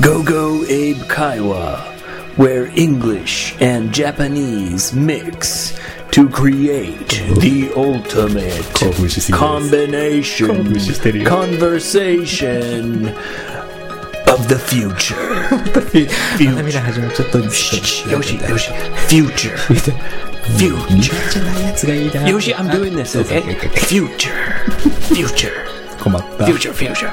Go Go Abe Kaiwa, where English and Japanese mix to create the ultimate 興奮しすぎです。 combination 興奮してるよ。 conversation of the future. 涙始まっちゃったんですけど Yoshi, Yoshi, future, future. じゃないやつがいいな Yoshi, I'm doing this, okay? Future, future, 困った future, future.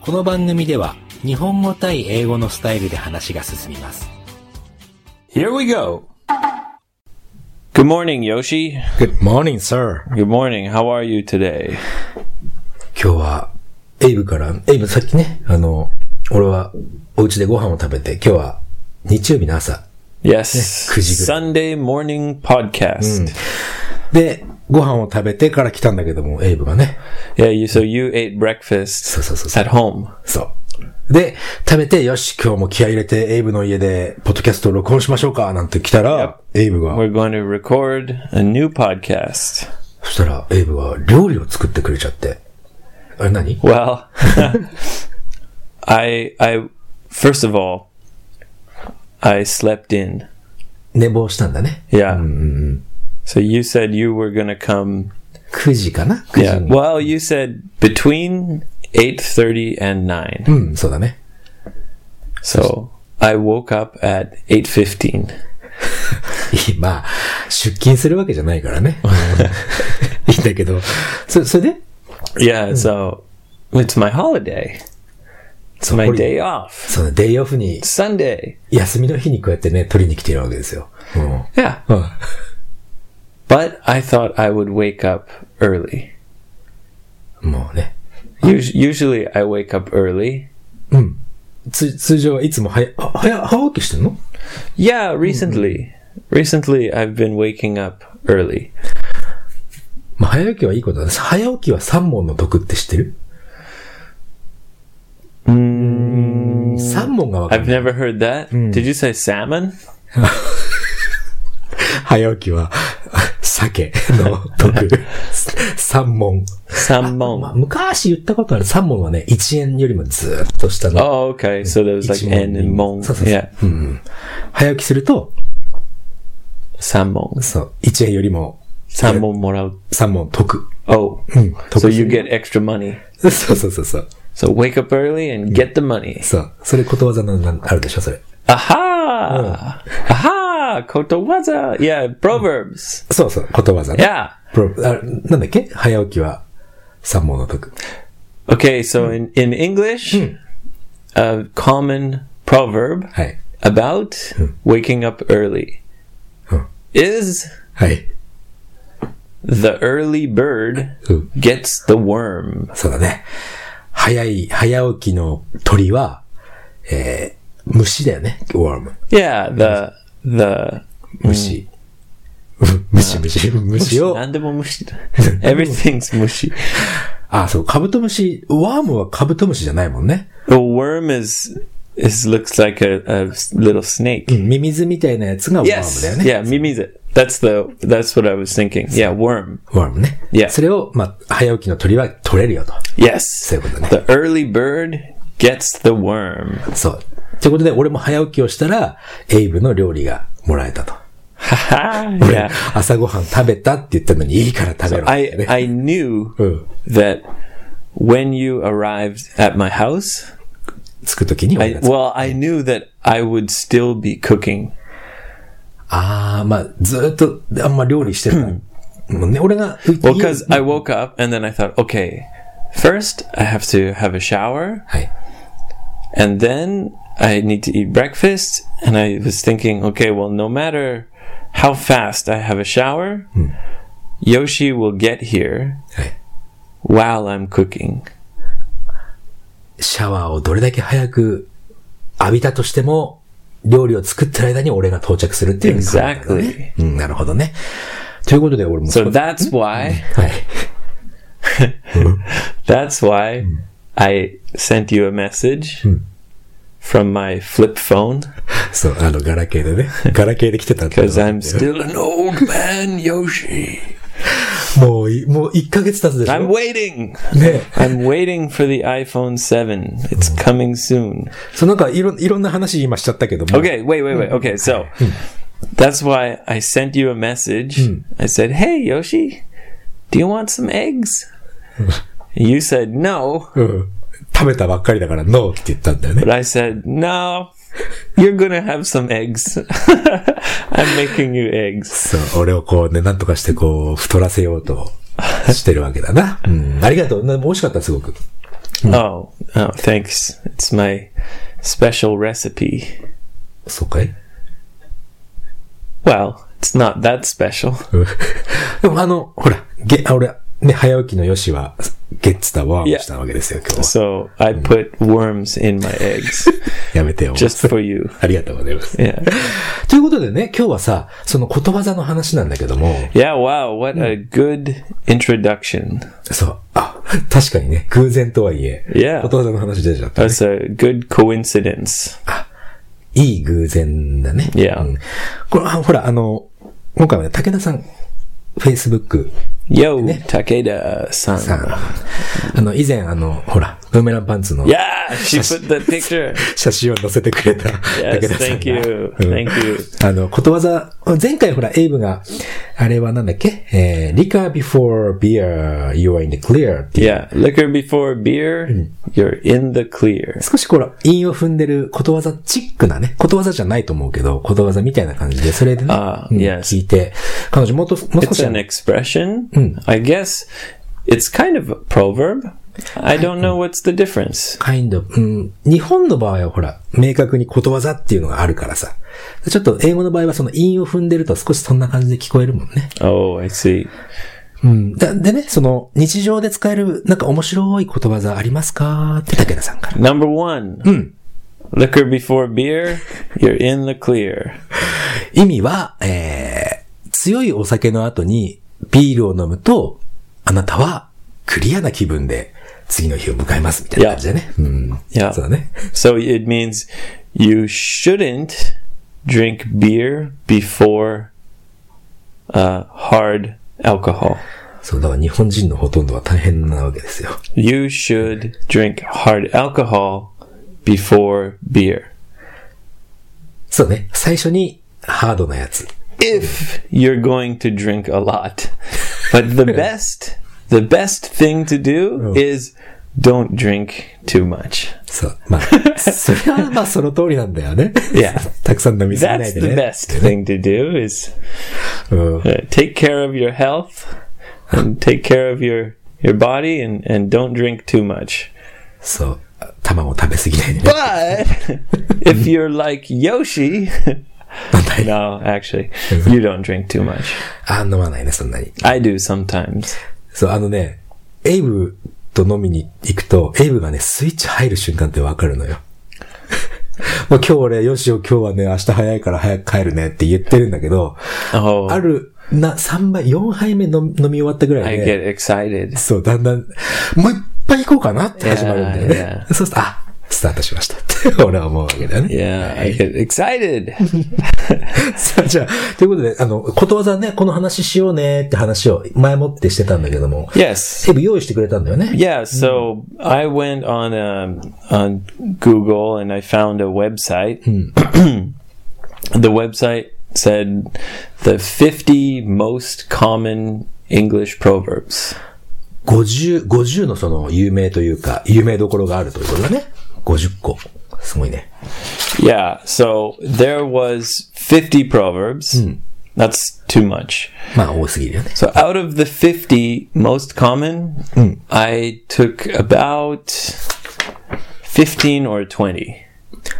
この番組では日本語対英語のスタイルで話が進みます Here we go. Good morning, Yoshi. Good morning, sir Good morning. How are you today? 今日は、エイブから、エイブさっきね、あの、俺はお家でご飯を食べて、今日は日曜日の朝。 Yes. 9時ぐら Sunday morning podcast. で、ご飯を食べてから来たんだけども、エイブがね。 Yeah, you so you ate breakfast そうそうそうそう。 at home. そう。で、食べて、よし、今日も気合い入れて、エイブの家で、ポッドキャストを録音しましょうか、なんて来たら、エイブが、 We're going to record a new podcast. そしたら、エイブが料理を作ってくれちゃって。あれ何 Well, I I first of all, I slept in. 寝坊したんだね。 Yeah. So you said you were going to come 9時かな ?9 Yeah. 時に。 Well, you said between 8:30 and 9. うん、そうだね。 So I woke up at 8:15. まあ、出勤するわけじゃないからね。 いいんだけど。そ、それで Yeah, so it's my holiday. It's my これ day off. そのデイオフに、 Sunday. 休みの日にこうやってね、取りに来てるわけですよ。うん。 Yeah. うん But I thought I would wake up early. もうね。 Us- usually I wake up early. うん。つ通常はいつも早、あ早、早起きしてんの Yeah, recently. Recently I've been waking up early. まあ、早起きはいいことだね。早起きは三問の毒って知ってるうん。三問がわかる。I've never heard that. Did you say salmon? 早起きは、 酒の 毒。三問。まあ、 Salmon. 昔言ったことある三問はね、一円よりもずーっと下の。 Oh, okay. So there was like Ichimon en and nin. mon. So, so, so. Yeah. 早起きすると、 Salmon. そう、一円よりも3本もらう。三問得。 Oh. 得 So you get extra money. そうそうそうそう。 So wake up early and get the money. そう。それことわざのなんあるでしょ、それ。 Aha! Aha! Kotowaza! Yeah, proverbs. そうそう、ことわざね。 Yeah. プロあなんだっけ早起きは三問の得。 Okay, so in, in English, a common proverb はい。 about waking up early Hmm. is はい。 the early bird うん。 gets the worm. そうだね。早い、早起きの鳥は、えー、虫だよね。ワーム。 Yeah, the the 虫。うん 虫、虫、虫を。何でも虫。Everything's mushy. あ、そう、カブトムシ、ワームはカブトムシじゃないもんね。 The worm is is looks like a, a little snake. うんミミズみたいなやつがワーム Yes. だよね。 Yeah, mimiza. That's the that's what I was thinking. Yeah, worm. ワームね。 Yeah. それを、まあ、早起きの鳥は取れるよと。 Yes. そういうことね。 The early bird gets the worm. そう。ということで、俺も早起きをしたら、エイブの料理がもらえたと。 Haha. 俺 yeah. 朝ごはん食べたって言ったのに、いいから食べろって、 I ね。 I knew うん。 that when you arrived at my house, 着くときに俺 I が作る well, I knew that I would still be cooking. ああ、まあ、ずーっと、あんま料理してた。もうね、俺が、 Well, because I woke up and then I thought, okay, first I have to have a shower. はい。 And then I need to eat breakfast. And I was thinking, okay, well, no matter how fast I have a shower, Yoshi will get here はい。 while I'm cooking. シャワーをどれだけ早く浴びたとしても、料理を作ってる間に俺が到着するっていう、 Exactly. うん、なるほどね。ということで、俺も So that's Hmm. why, はい。 that's why I sent you a message from my flip phone そう、 あの、ガラケーでね。ガラケーで来てたんだ because I'm still an old man, Yoshi. もうい、もう1ヶ月経つでし I'm ょ waiting. ね I'm waiting for the iPhone 7. It's coming soon. そうなんかいろんいろんな話今しちゃったけども。 Okay, wait, wait, wait. Okay, so that's why I sent you a message. I said, "Hey Yoshi, do you want some eggs?" you said no, うん。食べたばっかりだからノーって言ったんだよね。 but I said no. You're gonna have some eggs. I'm making you eggs. そう、俺をこうね、なんとかしてこう、太らせよう としてるわけだな。うん。ありがとう。な美味しかった、すごく。 Oh, oh, thanks. It's my special recipe. そうかい Well, it's not that special. うん でもあの、ほら、げ、あ俺、ね、早起きのよしは、ゲッツだワームしたわけですよ、今日は。 So I put worms in my eggs やめてよ。 just for you. ありがとうございます。 Yeah. ということでね、今日はさ、そのことわざの話なんだけども、 Yeah, wow, what a good introduction. そう、あ、確かにね、偶然とはいえ、 Yeah. ことわざの話出ちゃった。 That's a good coincidence. いい偶然だね。 Yeah. うんこれ、あほら、あの、今回はね、武田さん、Facebook Yo, Takeda さ san. ん、あの、以前、あの、ほら、ブーメランパンツの Yeah, she put the picture. 写真を載せてくれた武 Yes, 田さん thank が。 you. うん Thank you. あの、ことわざ、前回ほら、エイブが、あれはなんだっけえー、liquor before beer, you are in the clear っていう。 Yeah, liquor before beer, you're in the clear. 少しこう、韻を踏んでることわざチックなね、ことわざじゃないと思うけど、ことわざみたいな感じで、それでね、あーうん yes 聞いて、彼女もっと、もう少 It's しあ an の、 expression. I guess it's kind of a proverb. I don't know what's the difference. kind of うん、日本の場合はほら、明確にことわざっていうのがあるからさ。ちょっと英語の場合はその韻を踏んでると少しそんな感じで聞こえるもんね。 Oh, I see. うん。だでね、その、日常で使える、なんか面白いことわざありますかって武田さんから。 Number one. Liquor before beer, you're in the clear. 意味は、えー、強いお酒の後にビールを飲むと、あなたはクリアな気分で次の日を迎えますみたいな感じだね。うん。 Yeah. そうだね。 So it means you shouldn't drink beer before uh, hard alcohol. そう、だから日本人のほとんどは大変なわけですよ。 You should drink hard alcohol before beer. そうね。最初にハードなやつ。 If you're going to drink a lot. But the best the best thing to do is don't drink too much. そう。まあ、それはまあその通りなんだよね。 Yeah. たくさん飲みすぎない That's で the ね。 best thing to do is うん、 uh, take care of your health and take care of your your body and and don't drink too much. そう。卵食べすぎない でね。 But if you're like Yoshi, なんだい no, actually, you don't drink too much. あ、飲まないね、そんなに。 I do sometimes. そう、あのね、エイブと飲みに行くと、エイブがね、スイッチ入る瞬間ってわかるのよ。 もう今日俺、よしよ、今日はね、明日早いから早く帰るねって言ってるんだけど、 Oh, ある、な、3杯、4杯目飲み飲み終わったぐら I いで、 get excited. そう、だんだん、もう一杯行こうかなって始まるんだよいやいね。やそうすると、あ、スタートしましたって、 俺は思うわけだよね。 Yeah, I get excited. さあ、じゃあ、ということで、あの、ことわざね、この話しようねって話を前もってしてたんだけども、 Yes. エイブ用意してくれたんだよね。 Yeah, so I went on um, on Google and I found a website. the website said the 50 most common English proverbs. 50、50のその有名というか、有名どころがあるということだね。50個。すごいね。 Yeah, so there was 50 proverbs. That's too much. まあ多すぎるよね。 So out of the 50 most common, I took about 15 or 20.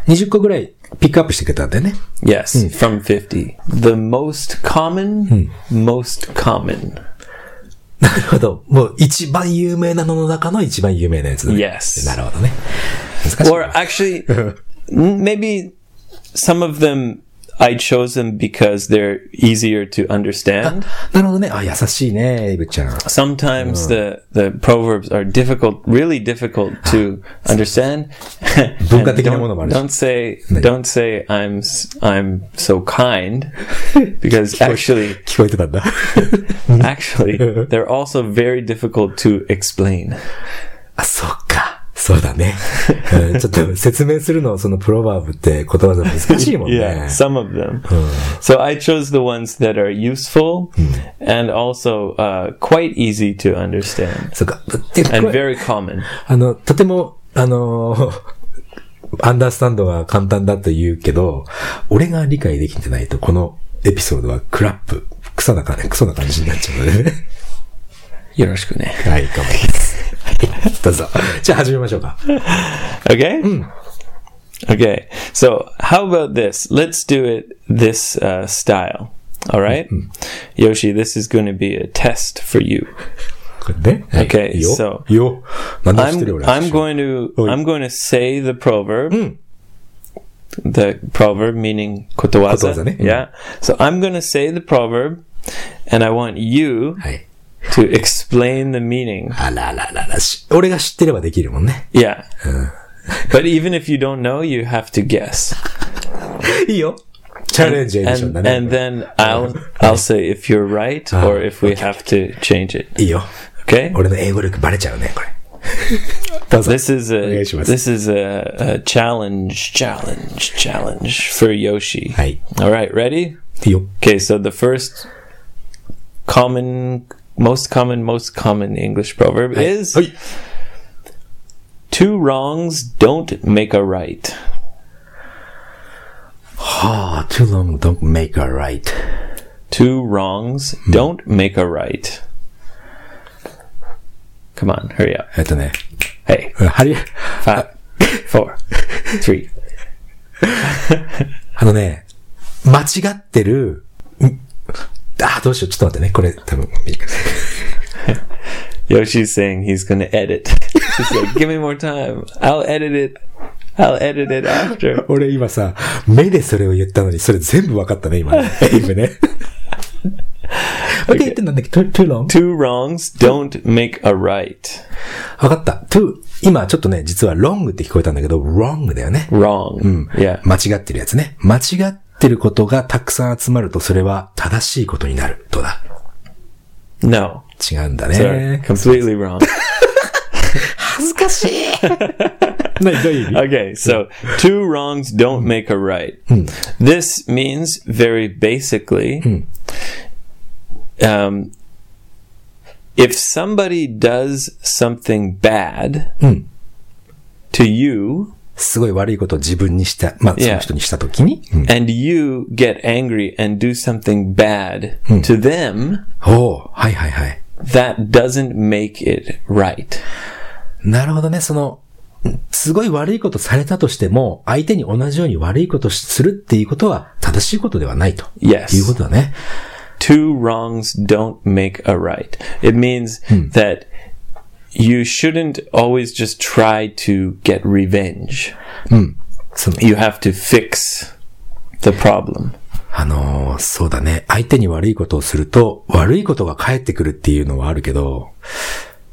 20個ぐらいピックアップしてくれたんだよね。 Yes, from 50. The most common, most common. なるほど。もう一番有名なのの中の一番有名なやつだね。 Yes. なるほどね。難しい Or actually, m- maybe some of them I chose them because they're easier to understand. なるほどね。あ、優しいね、エイブちゃん。 Sometimes the, the proverbs are difficult, really difficult to understand. And 文化的な don't- ものもあるし。 Don't say, don't say I'm, s- I'm so kind because actually, 聞こえてたんだ。 actually, they're also very difficult to explain. あ、そっか。そうだ ね。うんちょっと説明するの、そのプロバーブって言葉が難しい もん Yeah, ね。 some of them. So I chose the ones that are useful and also uh, quite easy to understand そっか。で and これ very common. あの、とても、あの ーアンダースタンドは簡単だと言うけど、俺が理解できてないと、このエピソードはクラップ。クソな感じ、クソな感じになっちゃうので ね。はい、頑張ります。はいどうぞ。じゃあ始めましょうか。 Okay? Okay. So, how about this? Let's do it this uh, style. All right? Yoshi, this is going to be a test for you. これね。はい Okay, いいよ。 so- いいよ。何でも知ってるよ俺 I'm, I'm going to Oi. I'm going to say the proverb. The proverb meaning kotowaza. ことわざね。 Yeah. So I'm going to say the proverb and I want you はい。 to explain the meaning. あららららし。俺が知ってればできるもんね。 Yeah. but even if you don't know, you have to guess. いいよ。チャレンジエディションだ And, ね。 and then I'll I'll say if you're right or if we have to change it. いいよ。 Okay? 俺の英語力バレちゃうね、これ。どうぞ。 This is a お願いします。 this is a, a challenge challenge challenge for Yoshi. はい。 All right, ready? いいよ。 Okay, so the first common, most common, most common English proverb はい is はい。 two wrongs don't make a right. はあ、too long don't make a right. Two wrongs don't make a right. Come on, hurry up. えっとね。 Hey, ハリ、 five, four, three. あのね、間違ってる、んあ、どうしよう。ちょっと待ってね。これ、多分。 Yoshi's saying he's gonna edit. He's like, give me more time. I'll edit it. I'll edit it after. 俺今さ、目でそれを言ったのに、それ全部分かったね、今 ね。今ね。OK ってなんだっけ too, ?too long? Two wrongs don't make a right. 分かった。too, 今ちょっとね、実は long って聞こえたんだけど、wrong だよね。 Wrong. Yeah. 間違ってるやつね。間違ってることがたくさん集まると、それは正しいことになる。どうだ No. 違うんだ Sorry. ね。 Completely wrong. 恥ずかしい何どういう意味 Okay, so two wrongs don't make a right. This means very basically um, if somebody does something bad to you すごい悪いことを自分にした、まあ、 Yeah. その人にしたときに、うん and you get angry and do something bad to them, おうはいはいはい。 that doesn't make it right. なるほどね、その、うんすごい悪いことされたとしても、相手に同じように悪いことしするっていうことは正しいことではないと。 Yes. いうことだね。 two wrongs don't make a right. It means that you shouldn't always just try to get revenge. その、 You have to fix the problem. あのーそうだね。相手に悪いことをすると、悪いことが返ってくるっていうのはあるけど、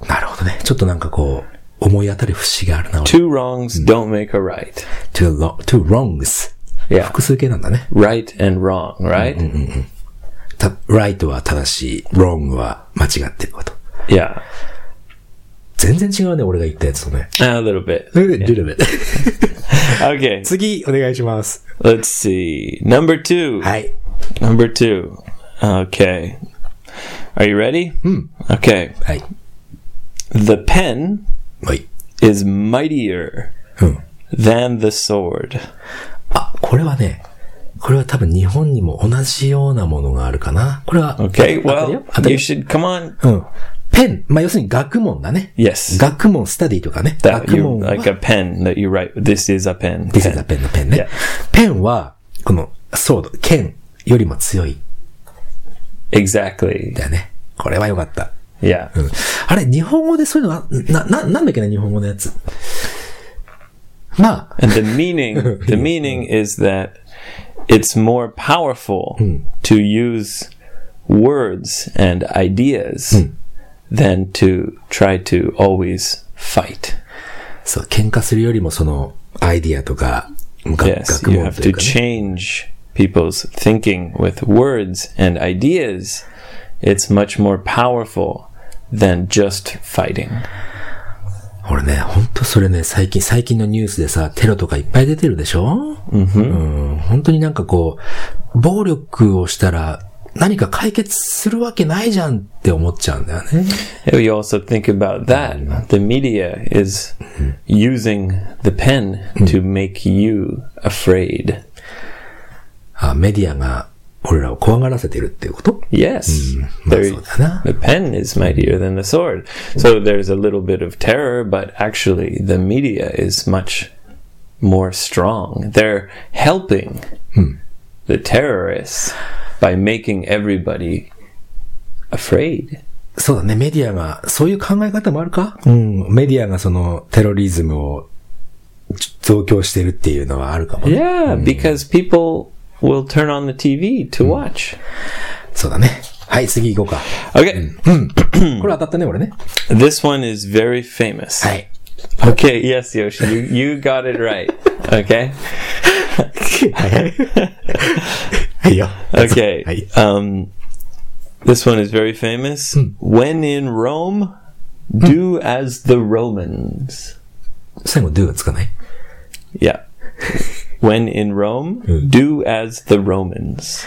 なるほどね。ちょっとなんかこう、思い当たる節があるな。俺 Two wrongs don't make a right. to, lo- to wrongs. Yeah. 複数形なんだね。 Right and wrong, right? た、right は正しい、wrong は間違ってること。 Yeah. 全然違うね、俺が言ったやつとね。 A little bit. Okay. 次、お願いします。 Let's see. Number two. はい。 Number two. Okay. Are you ready? Okay. はい。 The pen はい。 is mightier うん。 than the sword. あ、これはね、これは多分日本にも同じようなものがあるかな。これは、 Okay, 当たる well, よ当たる you よ should come on. うん。ペン。まあ、要するに学問だね。 Yes. 学問、スタディとかね。 That 学 you 問は、 like a pen that you write. This is a pen. ディセザ pen. ペンのペンね。ペンは、この、ソード、剣よりも強い。 Exactly. だよね。これは良かった。 Yeah. うんあれ、日本語でそういうのは、な、な、なんだっけな、日本語のやつ。まあ、 And the meaning, the meaning is that it's more powerful to use words and ideas than to try to always fight. そう、喧嘩するよりもその、アイディアとか、が Yes, 学 you 問 have という to か、ね、 change people's thinking with words and ideas. It's much more powerful than just fighting. 俺ね、ほんとそれね、最近、最近のニュースでさ、テロとかいっぱい出てるでしょうん、本当になんかこう、暴力をしたら、何か解決するわけないじゃんって思っちゃうんだよね。 We also think about that. The media is using the pen to make you afraid. あメディアが俺らを怖がらせてるっていうこと Yes. まあ There- そうだな。 the pen is mightier than the sword. So there's a little bit of terror, but actually the media is much more strong. They're helping the terrorists by making everybody afraid. そうだね、メディアが、そういう考え方もあるかうん、メディアがそのテロリズムをち増強してるっていうのはあるかもね。 Yeah, Hmm. because people will turn on the TV to watch. そうだね。はい、次行こうか。 Okay, これ当たったね、俺ね。 this one is very famous. はい。 Okay, yes, Yoshi, you, you got it right. Okay. はいよ。 Okay. はい。 Um, this one is very famous. Hmm. When in Rome, do as the Romans. 最後、do がつかない Yeah. When in Hmm. Rome, do as the Romans.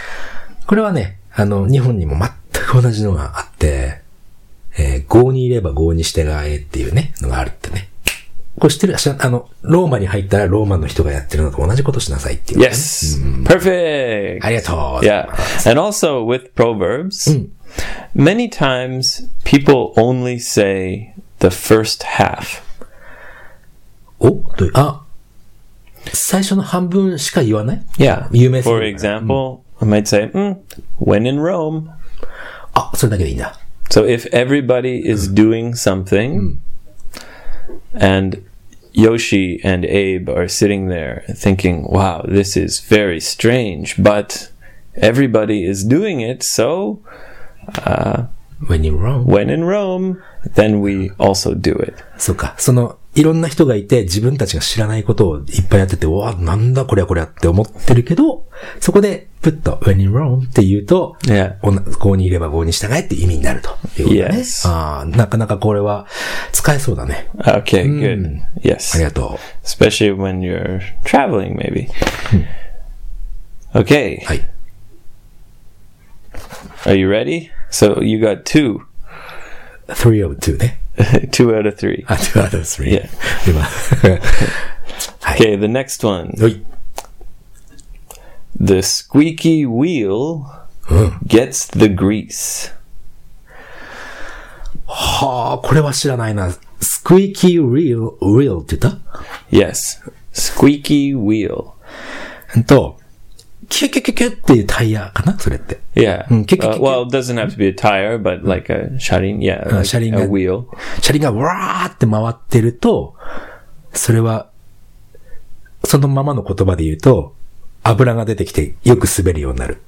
これはね、あの、日本にも全く同じのがあって、えー、郷にいれば郷に従えっていうね、のがあるってね。これ知ってる知らんあの、ローマに入ったらローマの人がやってるのと同じことしなさいっていう、ね。 Yes. Hmm. Perfect. ありがとうござい Yeah. ます。 And also with proverbs, Hmm. many times people only say the first half. おどういうあ、最初の半分しか言わない Yeah. You may Hmm. For think- example, I might say, mm, when in Rome, あ、それだけでいいんだ。 So if everybody is doing something and Yoshi and Abe are sitting there thinking, wow, this is very strange, but everybody is doing it, so when you're wrong. when in Rome, then we also do it. そうか。その、いろんな人がいて自分たちが知らないことをいっぱいやってて、うわなんだこりゃこりゃって思ってるけど、そこで、プッと、when you're wrong って言うと、 Yeah. おな郷にいれば郷に従えって意味になるということだね。 Yes. ああ、なかなかこれは使えそうだね。 Okay, good. あり Yes. がと Especially when you're traveling, maybe. Okay. Hi. Are you ready? So you got two. う。three of two ね。 two out of three. あ、two out of three. Yeah. 今。はい。 Okay, the next one. おい。 The squeaky wheel gets the grease. はあ、これは知らないな。squeaky wheel, wheel って言った Yes, squeaky wheel. うんと、キュキュキュキュっていうタイヤかなそれって。 Yeah. Mm, kick, Uh, kick, well, it doesn't have to be a tire, but like a sharin. Yeah, like sharin- a wheel. 車輪がわーって回ってると、それは、そのままの言葉で言うと、油が出てきてよく滑るようになる。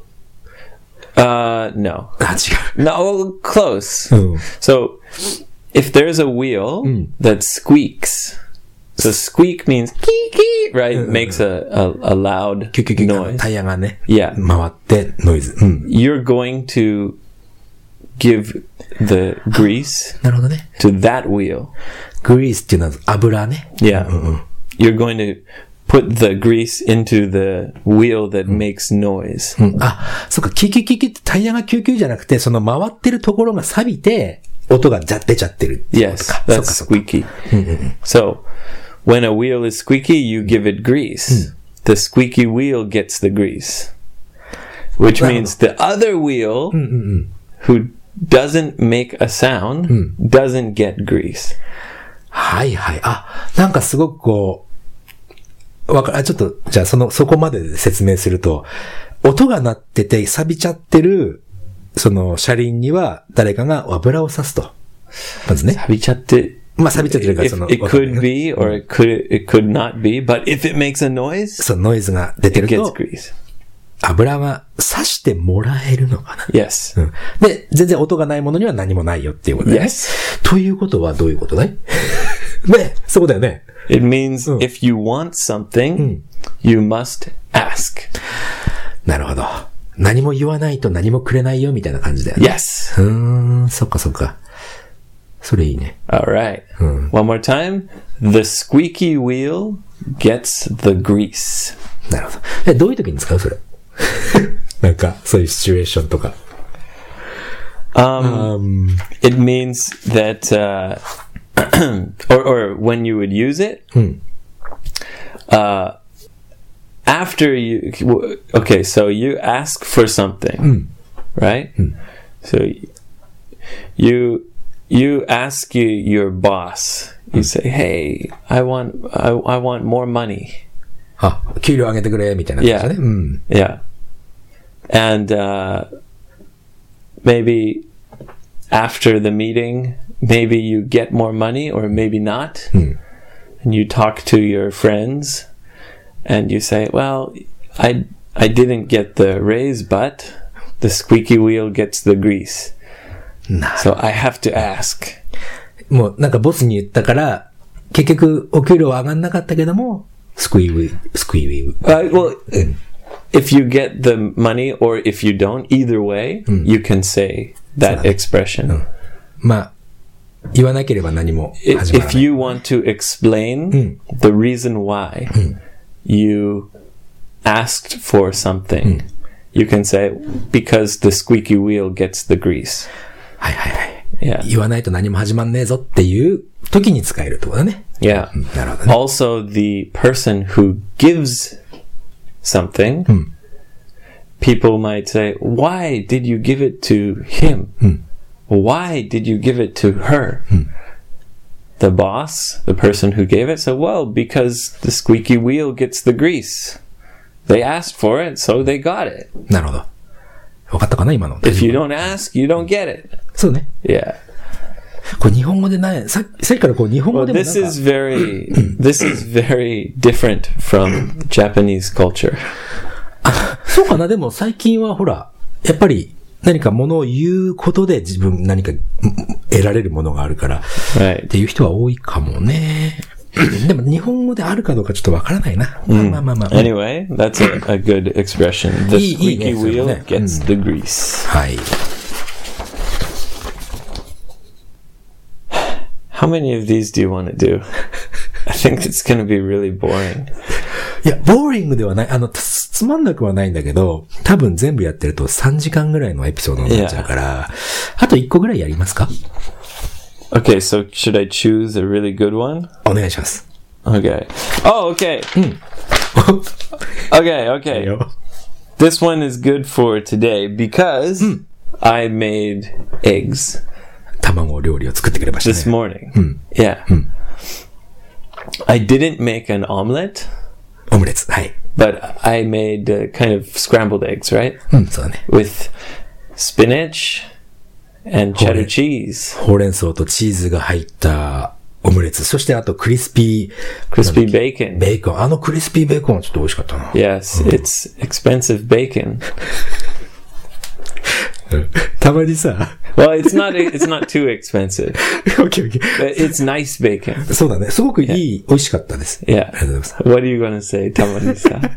Uh, no, あ、違 no, close. う。うん。 So, if there's a wheel Hmm. that squeaks, so squeak means kee kee, right? Uh, Makes a, a, a loud キュキュキュキュ noise. タイヤがね、 Yeah. 回ってノイズ。うん。 You're going to give the grease なるほどね。 to that wheel. グリースっていうのは油ね。 Yeah. You're going to put the grease into the wheel that makes noise. うんあ、そっか、キュキュキュキュってタイヤがキュキュじゃなくて、その回ってるところが錆びて、音がじゃ出ちゃってる。 Yes, そうか that's そうか。 squeaky. So, when a wheel is squeaky, you give it grease. The squeaky wheel gets the grease, which means the other wheel, who doesn't make a sound, doesn't get grease. はいはい。あ、なんかすごくこう、わかあ、ちょっと、じゃあその、そこまでで説明すると、音が鳴ってて錆びちゃってる、その車輪には誰かが油を刺すと。まずね。錆びちゃって-まあ錆びちゃってるから、 If その、 it わかん could ない be, or it could it could not be, but if it makes a noise, そのノイズが出て it る gets と、 grease. 油は刺してもらえるのかな Yes. うんで、全然音がないものには何もないよっていうことだよね。 Yes. ということはどういうことだい ね、そうだよね。 It means Mm. if you want something, you must ask. なるほど。何も言わないと何もくれないよみたいな感じだよね。 Yes. うーん、そっかそっか。それいいね。 All right. One more time. The squeaky wheel gets the grease. なるほど。え、どういう時に使うそれ。 なんか、そういうシチュエーションとか。 Um, うん it means that, uh, or, or when you would use it, uh, after you, okay, so you ask for something, right? So you you ask you, your boss, you say, "Hey, I want I, I want more money." あ、給料上げてくれ、みたいな感じだね。 Yeah. うん。 Yeah. And uh, maybe after the meeting, maybe you get more money or maybe not. And you talk to your friends and you say, well, I, I didn't get the raise, but the squeaky wheel gets the grease. So I have to ask. もう、なんかボスに言ったから、結局、お給料は上がんなかったけども、スクイウィ、スクイウィ。 Uh, well, if you get the money or if you don't, either way, you can say that expression. まあ、言わなければ何も I- 始まらな if い。 you want to explain the reason why you asked for something, you can say because the squeaky wheel gets the grease. はいはいはい。 Yeah. 言わないと何も始まんねえぞっていう時に使えるってことだね。 Yeah. なるほどね。 Also, the person who gives something, people might say, Why did you give it to him? Why did you give it to her? The boss, the person who gave it, said, Well, because the squeaky wheel gets the grease. They asked for it, so they got it. なるほど。わかったかな今の。 If you don't ask, you don't get it. そうね。 Yeah. これ日本語でない、ささっきからこう日本語 Well, でもなん this か is very this is very different from Japanese culture. そうかなでも最近はほら、やっぱり何か物を言うことで自分何かん得られるものがあるから、 Right. っていう人は多いかもね。でも日本語であるかどうかちょっとわからないな。まあまあまあまあ。 Anyway, that's a, a good expression. The Y- y- squeaky yes, wheel yeah. gets the grease. はい。 How many of these do you want to do? I think it's going to be really boring. いや、ボーリングではない、あの、つつまんなくはないんだけど、多分全部やってると3時間ぐらいのエピソードになっちゃうから、あと1個ぐらいやりますか Okay, so should I choose a really good one? お願いします。 Okay. Oh, okay. Okay, okay. よ This one is good for today because I made eggs 卵料理を作ってくれまし this たね。 morning. Yeah. I didn't make an omelet, オムレツ。はい。 but I made uh, kind of scrambled eggs, right? うん、そうだね。 with spinach and cheddar cheese, ほうれん草とチーズが入ったオムレツ。そしてあとクリスピー、 crispy bacon. ベーコン。あのクリスピーベーコンはちょっと美味しかったな。 Yes, it's expensive bacon. たまにさ、 Well, it's not e- it's not too expensive. オッケーオッケー but It's nice bacon. そうだね。すごくいい、美味しかったです。あ Yeah. りがとうございます。 What are you gonna say, Tamari-san?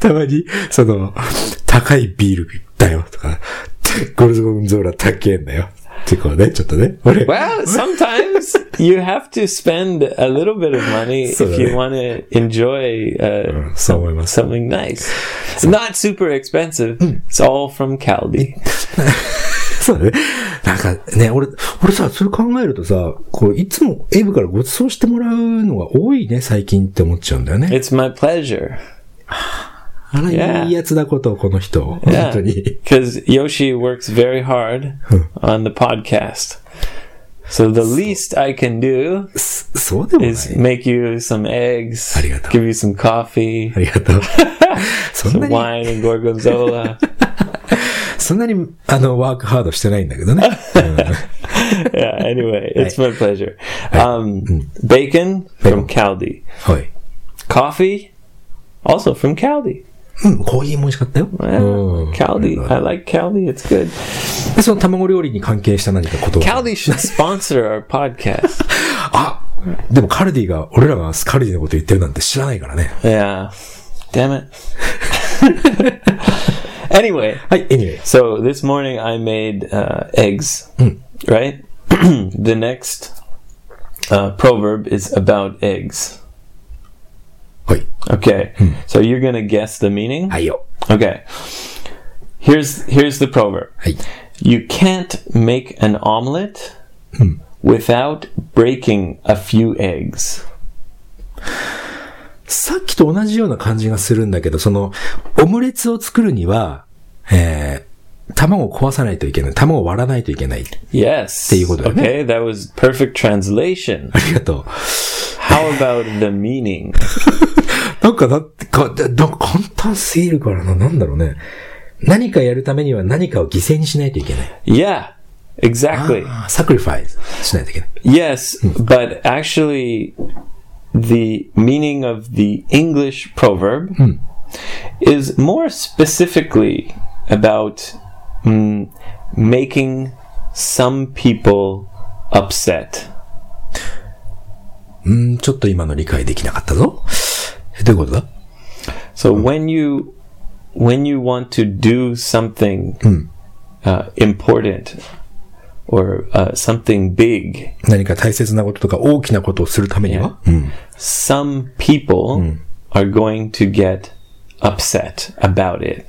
たまに、その、高いビールだよとか、ゴルゴンゾーラ高えんだよ。ってこうね、ちょっとね。俺、 Well, sometimes you have to spend a little bit of money So- if you want to enjoy uh, そう思います。 something nice. It's not super expensive. It's all from Caldi. そうだね。なんかね、俺、俺さ、それ考えるとさ、こう、いつもエイブからご馳走してもらうのが多いね、最近って思っちゃうんだよね。 It's my pleasure. あら、 Yeah. いいやつだこと、この人。本当 に。 Because Yoshi works very hard on the podcast. So the least I can do そそうでもない。 is make you some eggs, Arigato. give you some coffee, ありが とう。そんな some に、 wine and gorgonzola. そんなに、あの、ワークハードしてないんだけど ね。 yeah, anyway, it's my pleasure. Um, bacon from Caldi. はい。 Coffee also from Caldi. うん、コーヒーも美味しかったよ。 Yeah, うん Caldi. Oh, I like Caldi. It's good. で、その卵料理に関係した何かことは Caldi should sponsor our podcast. あでもカルディが、俺らがカルディのこと言ってるなんて知らないからね。 Yeah. Damn it. anyway, はい、anyway。 so this morning I made uh, eggs, right? the next uh, proverb is about eggs. はい。 Okay, so you're gonna guess the meaning. はいよ。 Okay, here's here's the proverb. はい。 You can't make an omelet without breaking a few eggs. さっきと同じような感じがするんだけど、その、オムレツを作るには、えー、卵を壊さないといけない。卵を割らないといけない。 Yes. っていうことだね。 Okay, that was perfect translation. ありがとう。 How about the meaning? なんかだってか、だなんか簡単すぎるからな、なんだろうね。何かやるためには何かを犠牲にしないといけない。 Yeah, exactly. あーサクリファイスしないといけない。 Yes, but actually, the meaning of the English proverb is more specifically about mm, making some people upset. うーん、ちょっと今の理解できなかったぞ。えどういうことだ So when you when you want to do something uh, important or uh, something big, 何か大切なこととか大きなことをするためには、うん、 some people are going to get upset about it.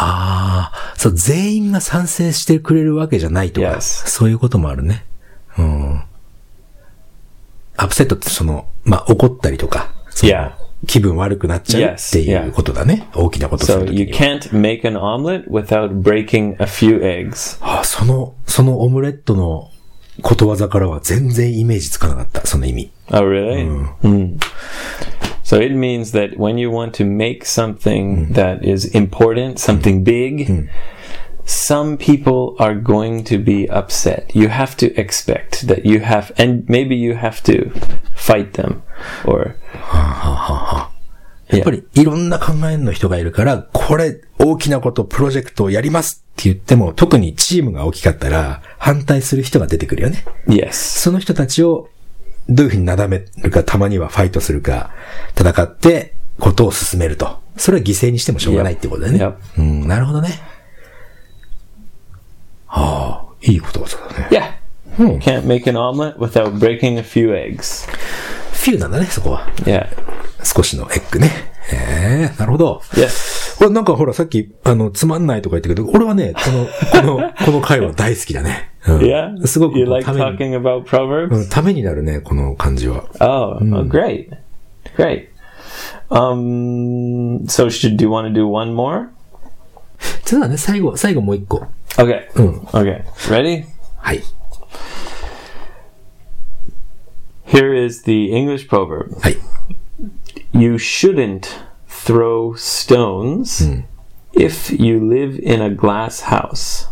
ああ、そう、全員が賛成してくれるわけじゃないとか、 Yes. そういうこともあるね。うん。アップセットってその、まあ、怒ったりとか、その Yeah. 気分悪くなっちゃう Yes. っていうことだね。大きなことす So るときには you can't make an omelet without breaking a few eggs. あ、その、そのオムレットのことわざからは全然イメージつかなかった、その意味。 Oh, really? Hmm. So it means that when you want to make something that is important, something big, some people are going to be upset. You have to expect that you have, and maybe you have to fight them or やっぱりいろんな考えの人がいるから、これ大きなこと、プロジェクトをやりますって言っても、特にチームが大きかったら、反対する人が出てくるよね。 yes. その人たちをどういうふうになだめるか、たまにはファイトするか、戦ってことを進めると。それは犠牲にしてもしょうがないってことだよね。 Yep. うん、なるほどね。ああ、いいことわざだね。 Yeah. Hmm. Can't make an omelet without breaking a few eggs. フィルなんだね、そこは。 Yeah. 少しのエッグね。ええなるほど。 Yes. これなんかほら、さっき、あの、つまんないとか言ったけど、俺はね、この、 この、この回は大好きだね。うん Yeah. すごく You こう like ために、 talking about proverbs? うんためになるね、この感じは。 Oh, oh, great. Great. Um, so should do you want to do one more? そうだね、最後、最後もう一個。 Okay. Hmm. Okay. Ready? はい。 Here is the English proverb. はい。 You shouldn't throw stones if you live in a glass house.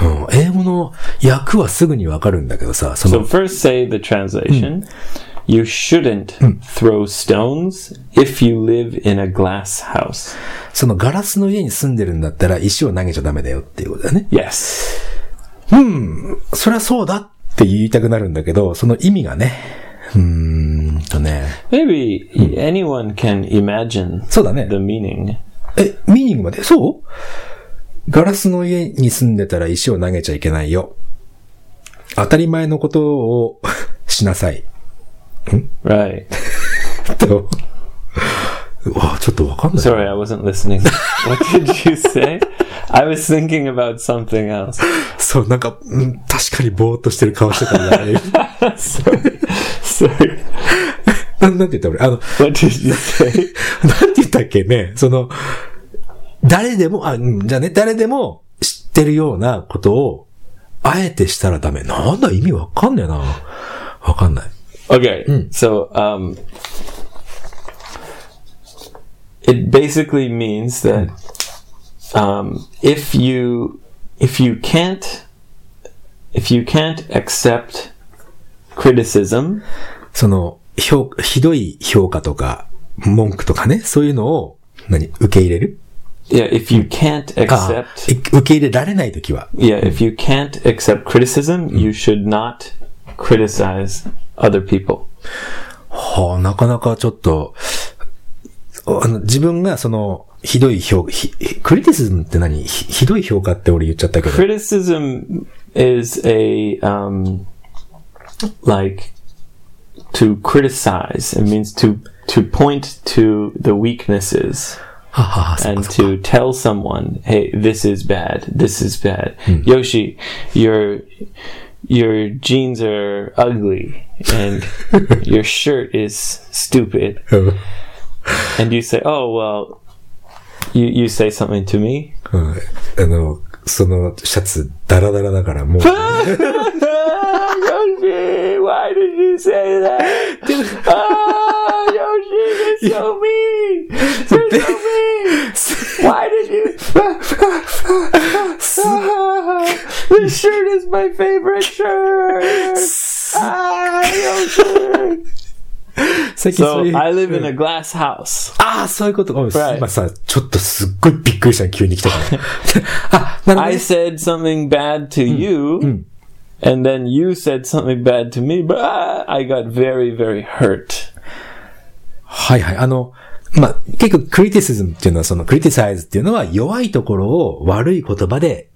うん英語の訳はすぐにわかるんだけどさ、そ So の、 first say the translation. You shouldn't throw stones if you live in a glass house. そのガラスの家に住んでるんだったら石を投げちゃダメだよっていうことだよね。 Yes. そりゃそうだって言いたくなるんだけど、その意味がね、うーんとね、 Maybe anyone can imagine そうだね the。meaning. え、ミーニングまでそうガラスの家に住んでたら石を投げちゃいけないよ。当たり前のことをしなさい。 Right. と。うわ、ちょっとわかんない。 Sorry, I wasn't listening. what did you say? I was thinking about something else. そう、なんか、うん確かにぼーっとしてる顔してたからね。 Sorry. Sorry. なんなんて言った俺、あの、 What did you say? なんて言ったっけね、その、誰でも、あ、うんじゃあね、誰でも知ってるようなことを、あえてしたらダメ。なんだ、意味わかんねえな。わかんない。 Okay. So, um, it basically means that um, if you if you can't if you can't accept criticism, その、評、ひどい評価とか、文句とかね、そういうのを、何受け入れる Yeah, if you can't あ accept, い受け入れられないときは。 yeah, if you can't accept criticism, you should not criticize other people. はあ、なかなかちょっと、あの自分がその、ひどい評ひクリティシズムって何ひひどい評価って俺言っちゃったけど。 Criticism is a um, like to criticize. It means to to point to the weaknesses. はあはあ、そっか and そっか to tell someone, "Hey, this is bad. This is bad." Yoshi, your your jeans are ugly, and your shirt is stupid. うん。 And you say, "Oh well," you you say something to me. うんあの、そのシャツ、ダラダラだから、もう。 Ah, Yoshi, why did you say that? Ah, Yoshi, you're so mean. You're so mean. Why did you? Ah, this shirt is my favorite shirt. Ah, Yoshi. 最近そう So いう I live in a glass house. ああ、そういうことか。うん Right. 今さ、ちょっとすっごいびっくりした急に来たから。あ、なるほど I ね。 said something bad to you, and then you said something bad to me, but ah, I got very, very hurt. はいはい。あの、まあ、結構クリティシズムっていうのは、そのクリティサイズっていうのは弱いところを悪い言葉で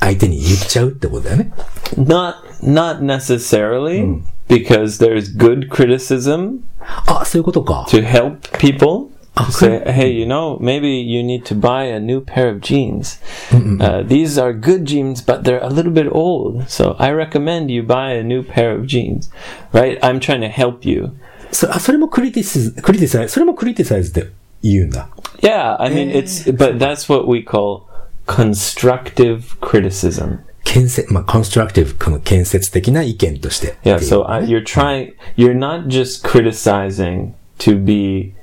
相手に言っちゃうってことだよね。 Not not necessarily because there's good criticism あ、そういうことか。 to help people. Okay. Say, hey, you know, maybe you need to buy a new pair of jeans. Uh, these are good jeans, but they're a little bit old. So I recommend you buy a new pair of jeans. Right? I'm trying to help you. そあそれもクリティシズクリティサイズ、それもクリティサイズで言うんだ。 Yeah, I mean, it's but that's what we call constructive criticism. 建設、まあ、コンストラクティブ、この建設的な意見として。 Yeah, so I, you're trying, you're not just criticizing to be.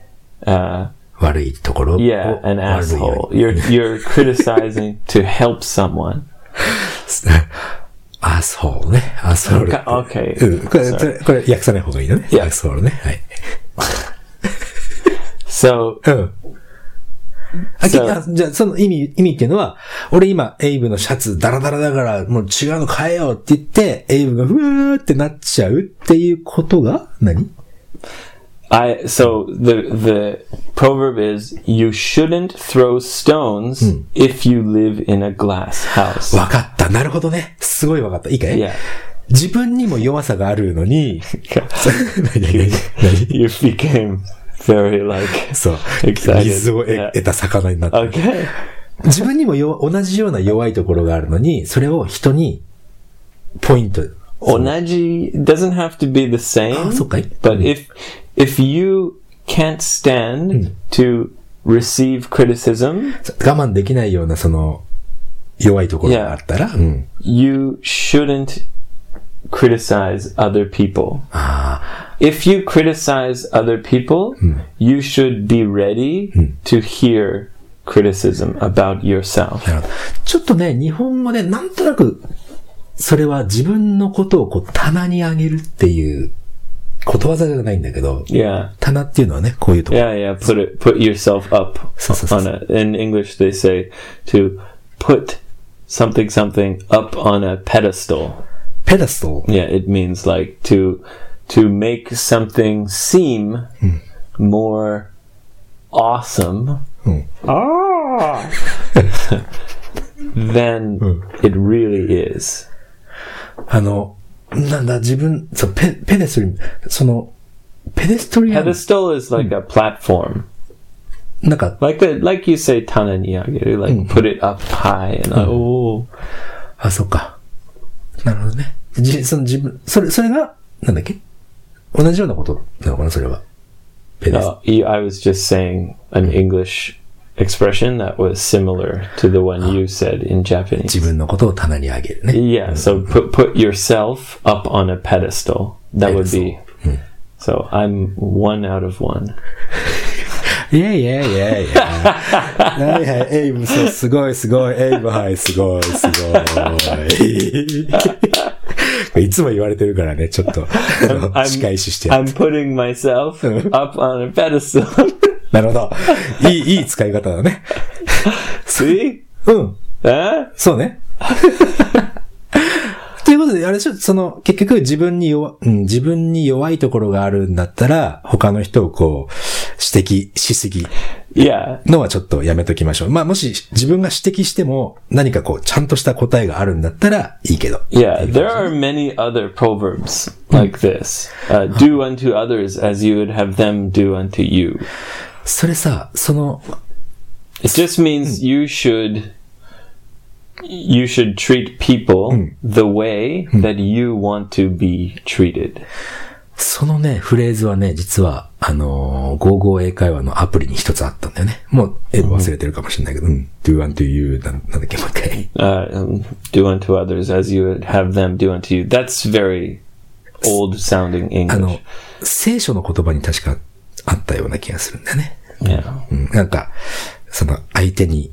Uh, 悪いところを Yeah, an 悪いよ asshole. うに You're you're criticizing to help someone. アスホールね。アスホール。か OK うん、これ、これ、これ訳さない方がいいのね。 Yeah アスホールね。はい。 So うん。あ、そうあじゃあ、その意味、意味っていうのは、俺今、エイブのシャツダラダラだから、もう違うの変えようって言って、エイブがふーってなっちゃうっていうことが何、 I so the the proverb is you shouldn't throw stones if you live in a glass house. わかった。なるほどね。すごいわかった。いいかい Yeah. 自分にも弱さがあるのに、何何何何 you became very like そう。 Excited. 水を得 Yeah. 得た魚になった。 okay. 自分にも弱同じような弱いところがあるのに、それを人に、ポイント。 Onaji doesn't have to be the same. あそっかい。 But if if you can't stand to receive criticism, 我慢できないような、その、弱いところがあったら、うん。 you shouldn't criticize other people. Ah. If you criticize other people, Hmm. you should be ready to hear criticism about yourself. なるほどちょっとね、日本語でなんとなく、それは自分のことをこう棚に上げるっていう、ことわざじゃないんだけど、 Yeah. 棚っていうのはね、こういうとこ。 Yeah, yeah, put it put yourself up So, so, so, on a in English they say to put something something up on a pedestal. ペダスト Yeah, it means like to to make something seem more awesome Ah! than it really is. あの、なんだ、自分、そう、ペ、ペデストリン、その、ペデストリアン、 Pedestal is like a platform. なんか、 Like the like you say tana niyageru, like put it up high and like, oh あ、そっか。なるほどね。じ、その自分、それ、それが、なんだっけ同じようなことなのかな、それは。ペデス no, Uh, you- I was just saying an English expression that was similar to the one you said in Japanese. 自分のことを棚に上げるね。 Yeah, so put put yourself up on a pedestal. That would be. So I'm one out of one. いやいやいやいや。 はいはい、エイブ、そう、すごいすごい、エイブ、はい、すごいすごい。いつ も言われてるからね、ちょっと、あの I'm- 仕返ししてやる I'm putting myself up on a pedestal. なるほど。いい、いい使い方だね。 See? うん。 Huh? そうね。 ということで、あれでしょ、その、結局自分に弱、うん、自分に弱いところがあるんだったら、他の人をこう、指摘しすぎ Yeah. のはちょっとやめときましょう。まあ、もし自分が指摘しても、何かこう、ちゃんとした答えがあるんだったらいいけど。 Yeah, there are many other proverbs like this. Uh, do unto others as you would have them do unto you. それさ、その、 It just means you should you should treat people the way that you want to be treated. そのね、フレーズはね、実は、あのー、55英会話のアプリに一つあったんだよね。もう、え忘れてるかもしれないけど、うん。do unto you なんなんだっけ、もう一回。 Uh, um, do unto others as you would have them do unto you. That's very old sounding あの English.、聖書の言葉に確かあったような気がするんだよね。 Yeah. うん、なんか、その、相手に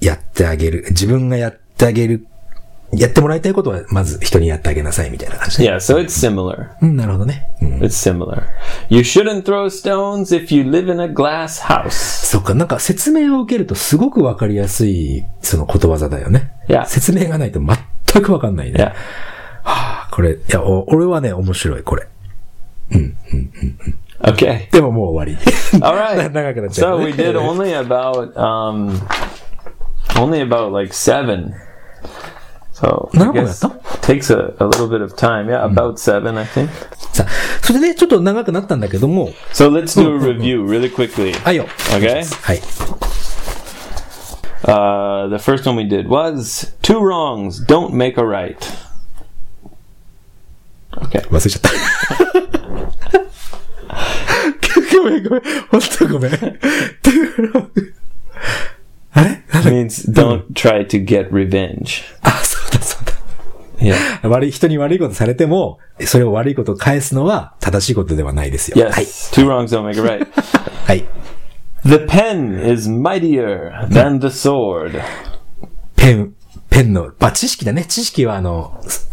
やってあげる、自分がやってあげる、やってもらいたいことは、まず人にやってあげなさいみたいな感じね。 Yeah, so it's similar. うん、なるほどね。うん It's similar. You shouldn't throw stones if you live in a glass house. そっか、なんか説明を受けるとすごくわかりやすい、そのことわざだよね。いや説明がないと全くわかんないね。 Yeah. はあ、これ、いや、お俺はね、面白い、これ。 Okay. でももう終わり。 All な right. 長くなっちゃ So う、ね。 we did only about um, only about like seven. So I Not bad, Hmm. guess huh? takes a, a little bit of time. Yeah, about seven, I think. さあ、それでね、ちょっと長くなったんだけども、 So let's do a review really quickly. あいよ。 Okay. はい。 Uh, the first one we did was two wrongs don't make a right. Okay. 忘れちゃった。 ごめんごめん。ほんとごめん。 あれなんだ Means don't try to get revenge. あ、そうだそうだ。Yeah. 悪い、人に悪いことされても、それを悪いことを返すのは正しいことではないですよ。はい。 Yes. Two wrongs don't make a right. はい。 The pen is mightier than the sword. ペン、ペンの、まあ、知識だね。知識はあの、す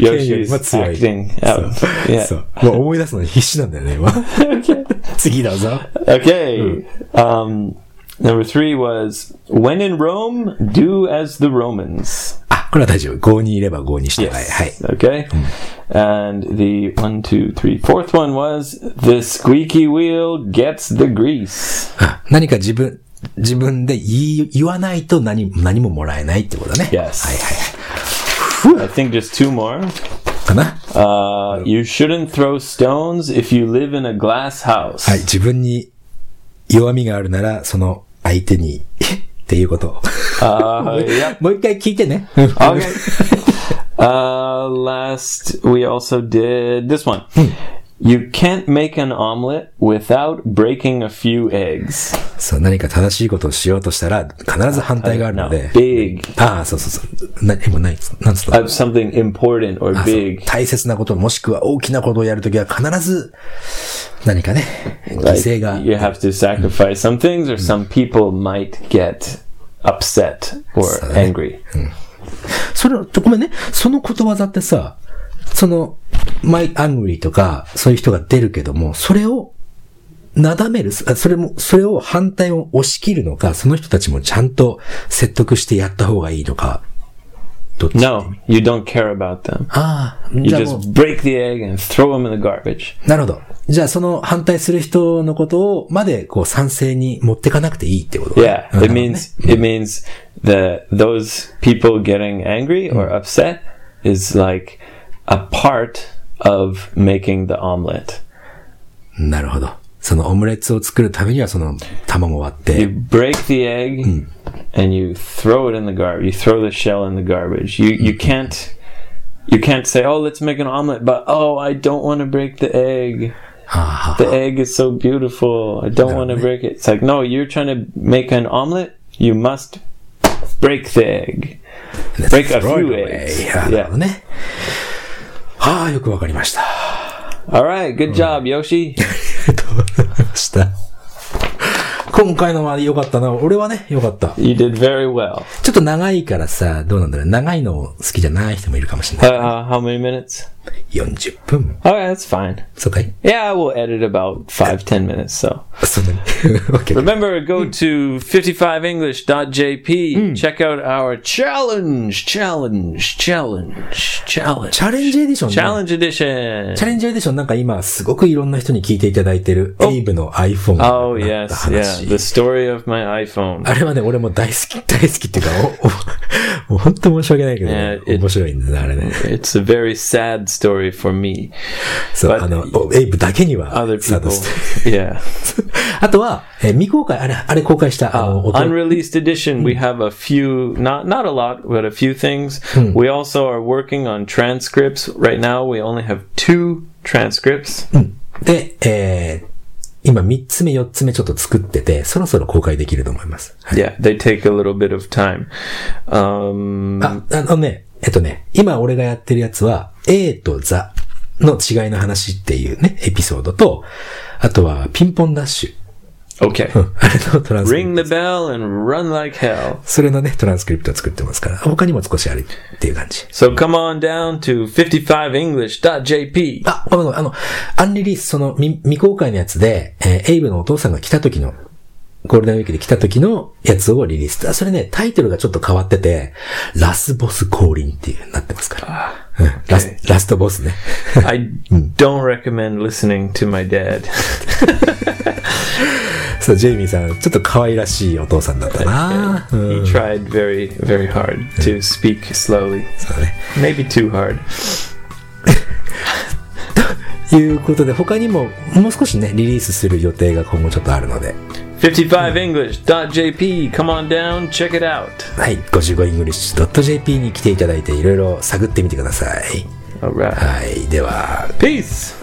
Yoshi's what's the- acting out. そ Yeah. う。もう思い出すのに必死なんだよね、今。 Okay. 次どうぞ。 Okay. hmm. Um, number three was when in Rome, do as the Romans. あ、これは大丈夫。5にいれば5にして。はい。はい。 Okay. Hmm. And the one, two, three, fourth one was the squeaky wheel gets the grease. あ何か自分、自分で言い言わないと何何ももらえないってことだね。 Yes. はいはいはい。 I think just two more. かな。は Uh, you shouldn't throw stones if you live in a glass house. い。自分に弱みがあるなら、その相手に、っていうこと。 Uh, yep. もう一回聞いてね。 Okay. uh, last, we also did this one. You can't make an omelet without breaking a few eggs. そう、何か正しいことをしようとしたら、必ず反対があるの No, で。 big. ああ、そうそうそう。な、今何つ、何つった Uh, something important or あそう big. 大切なこと、もしくは大きなことをやるときは必ず、何かね、犠 Like, Hmm. 牲が you have to sacrifice some things, or some people might get upset or So- angry. それ、ちょ、ごめんね。そのことわざってさ、その、my angry とか、そういう人が出るけども、それを、なだめる、あそれも、それを反対を押し切るのか、その人たちもちゃんと説得してやった方がいいのか、どっち No, you don't care about them. ああ、 You じゃあもう just break the egg and throw them in the garbage. なるほど。じゃあその反対する人のことを、まで、こう、賛成に持ってかなくていいってことね Yeah, なるほ it どね means it means the those people getting angry or upset is like a part of making the omelet. なるほど。そのオムレツを作るためには、その、卵を割って。 You break the egg and you throw it in the garbage. You throw the shell in the garbage. You you can't you can't say, "Oh, let's make an omelet," but "Oh, I don't want to break the egg. はあはあ The egg is so beautiful. I don't want to break it." It's like, "No, you're trying to make an omelet. You must break the egg." Break a few eggs. いやなるほどね。はあ、よくわかりました。あ All right, good job, り Yoshi. がとうございました。今回のは良かったな。俺はね、良かった。 You did very well. ちょっと長いからさ、どうなんだろう。長いの好きじゃない人もいるかもしれ Uh, ない。 uh, how many minutes? 40分。 All right, that's fine. そうかい Yeah, we'll edit about five, ten minutes. So そんなに。OK。 remember, go to 55english.jp. Check out our challenge, challenge, challenge, challenge. チャレンジエディションね。 Challenge edition. チャレンジエディションなんか今すごくいろんな人に聞いていただいてる、エイブの iPhone に Oh なった yes, yeah. 話 The story of my iPhone. あれはね、俺も大好き、大好きっていうか、おおも う本当申し訳ないけど、ねね、え面白いんだね、あれね。 It's a very sad story for me. そう、 But- あの、おエイブだけには、 Other サード people, ステ yeah. あとは、えー未公開、あれ、あれ公開した、あの、音 Unreleased edition. We have a few, not not a lot, but a few things. We also are working on transcripts. Right now, we only have two transcripts. で、えー今3つ目、4つ目ちょっと作ってて、そろそろ公開できると思います。はい Yeah, they take a little bit of time. Um, あ、あのね、えっとね、今俺がやってるやつは、A とザの違いの話っていうね、エピソードと、あとはピンポンダッシ okay. ュ。 あれのトランスクリプ Ring the bell and run like hell. それのね、トランスクリプトを作ってますから、他にも少しあるっていう感じ。 So come on down to 55english.jp. あ、ごめんごめん、あの、アンリリース、その未未公開のやつで、えーエイブのお父さんが来た時の、ゴールデンウィークで来た時のやつをリリース。あ、それね、タイトルがちょっと変わってて、ラスボス降臨っていう、なってますから。うんラス、ラストボスね。 I don't recommend listening to my dad. そう、ジェイミーさん、ちょっと可愛らしいお父さんだったな。うん、 He tried very, very hard to speak slowly. そうね。 Maybe too hard. いうことで、他にも、もう少しね、リリースする予定が今後ちょっとあるので、 55english.jp. Come on down, check it out. はい、55english.jp に来ていただいて、いろいろ探ってみてください。Ah. All right. はい、では、 Peace.